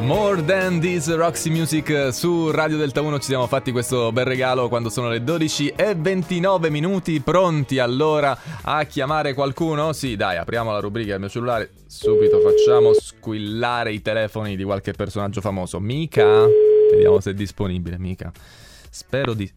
More than this Roxy Music eh, su Radio Delta 1 ci siamo fatti questo bel regalo quando sono le 12 e 29 minuti pronti allora a chiamare qualcuno? Sì dai apriamo la rubrica del mio cellulare subito facciamo squillare i telefoni di qualche personaggio famoso Mica vediamo se è disponibile Mica spero di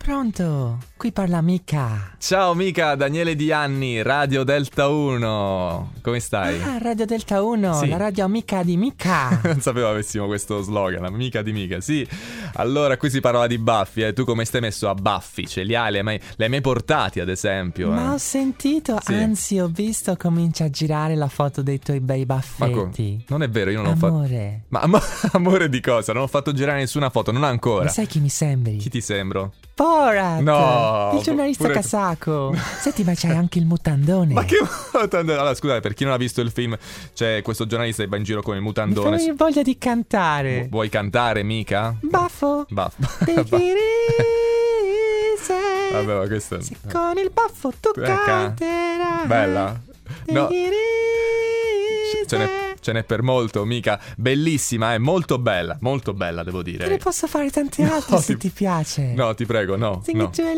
Pronto? Qui parla Mica. Ciao Mica Daniele Dianni Radio Delta 1 come stai? Ah, Radio Delta 1, Sì. la radio amica di Mica. Non sapevo avessimo questo slogan, amica di mica. Sì, allora qui si parla di baffi, eh. Tu come stai messo a baffi? Ce li hai? Li hai mai, li hai mai portati, ad esempio? Ma eh? ho sentito, Sì. anzi ho visto comincia a girare la foto dei tuoi bei Ma co- baffetti. non è vero, io non ho fatto. Amore, Ma am- amore di cosa? Non ho fatto girare nessuna foto, non ma ancora. sai chi mi sembri? Chi ti sembro? Borat! No, Il giornalista pure- casacco. Senti, ma c'hai anche il mutandone. Ma che mutandone? Allora, scusate, per chi non ha visto il film, c'è questo giornalista che va in giro con il Mi fa mutandone. venire voglia di cantare. Vu- Vuoi cantare, mica? Baffo. Baff. Take it Baff- easy. Vabbè, ma questo è. Se con il baffo tu Eh, ca- canterai. Bella. Take No. it easy. Ce n'è, ce n'è per molto, mica. Bellissima, è molto bella, molto bella, devo Te ne dire. posso fare tante altre No, se ti- ti piace. No, ti prego, no. Sing no. it to là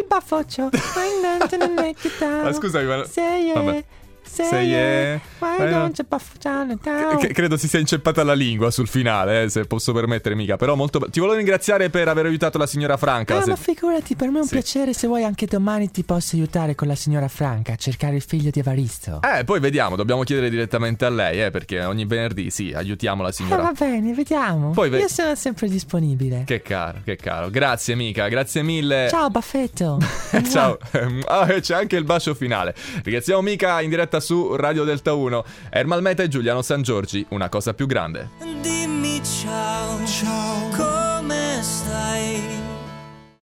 il baffoccio. Why don't you make it down? Ma scusami, ma. Say yeah. Vabbè. Say, Say yeah. yeah. Why Why don't don't- you baffo down and down? Cre- credo si sia inceppata la lingua sul finale, eh, se posso permettere, mica. Però molto. be- Ti volevo ringraziare per aver aiutato la signora Franca. la Ah, se- ma figurati, per me è un Sì. piacere. Se vuoi, anche domani ti posso aiutare con la signora Franca a cercare il figlio di Evaristo. Eh, poi vediamo, dobbiamo chiedere direttamente a lei, eh, perché ogni venerdì sì, aiutiamo la Ah, va signora. bene, vediamo. Poi ve- Io sono sempre disponibile. Che eh. caro, che caro. Grazie, mica, grazie mille. Ciao, baffetto. Ciao, Ah, e c'è anche il bacio finale. Ringraziamo Mica in diretta su Radio Delta 1. Ermal Meta e Giuliano San Giorgi, una cosa più grande. Dimmi ciao.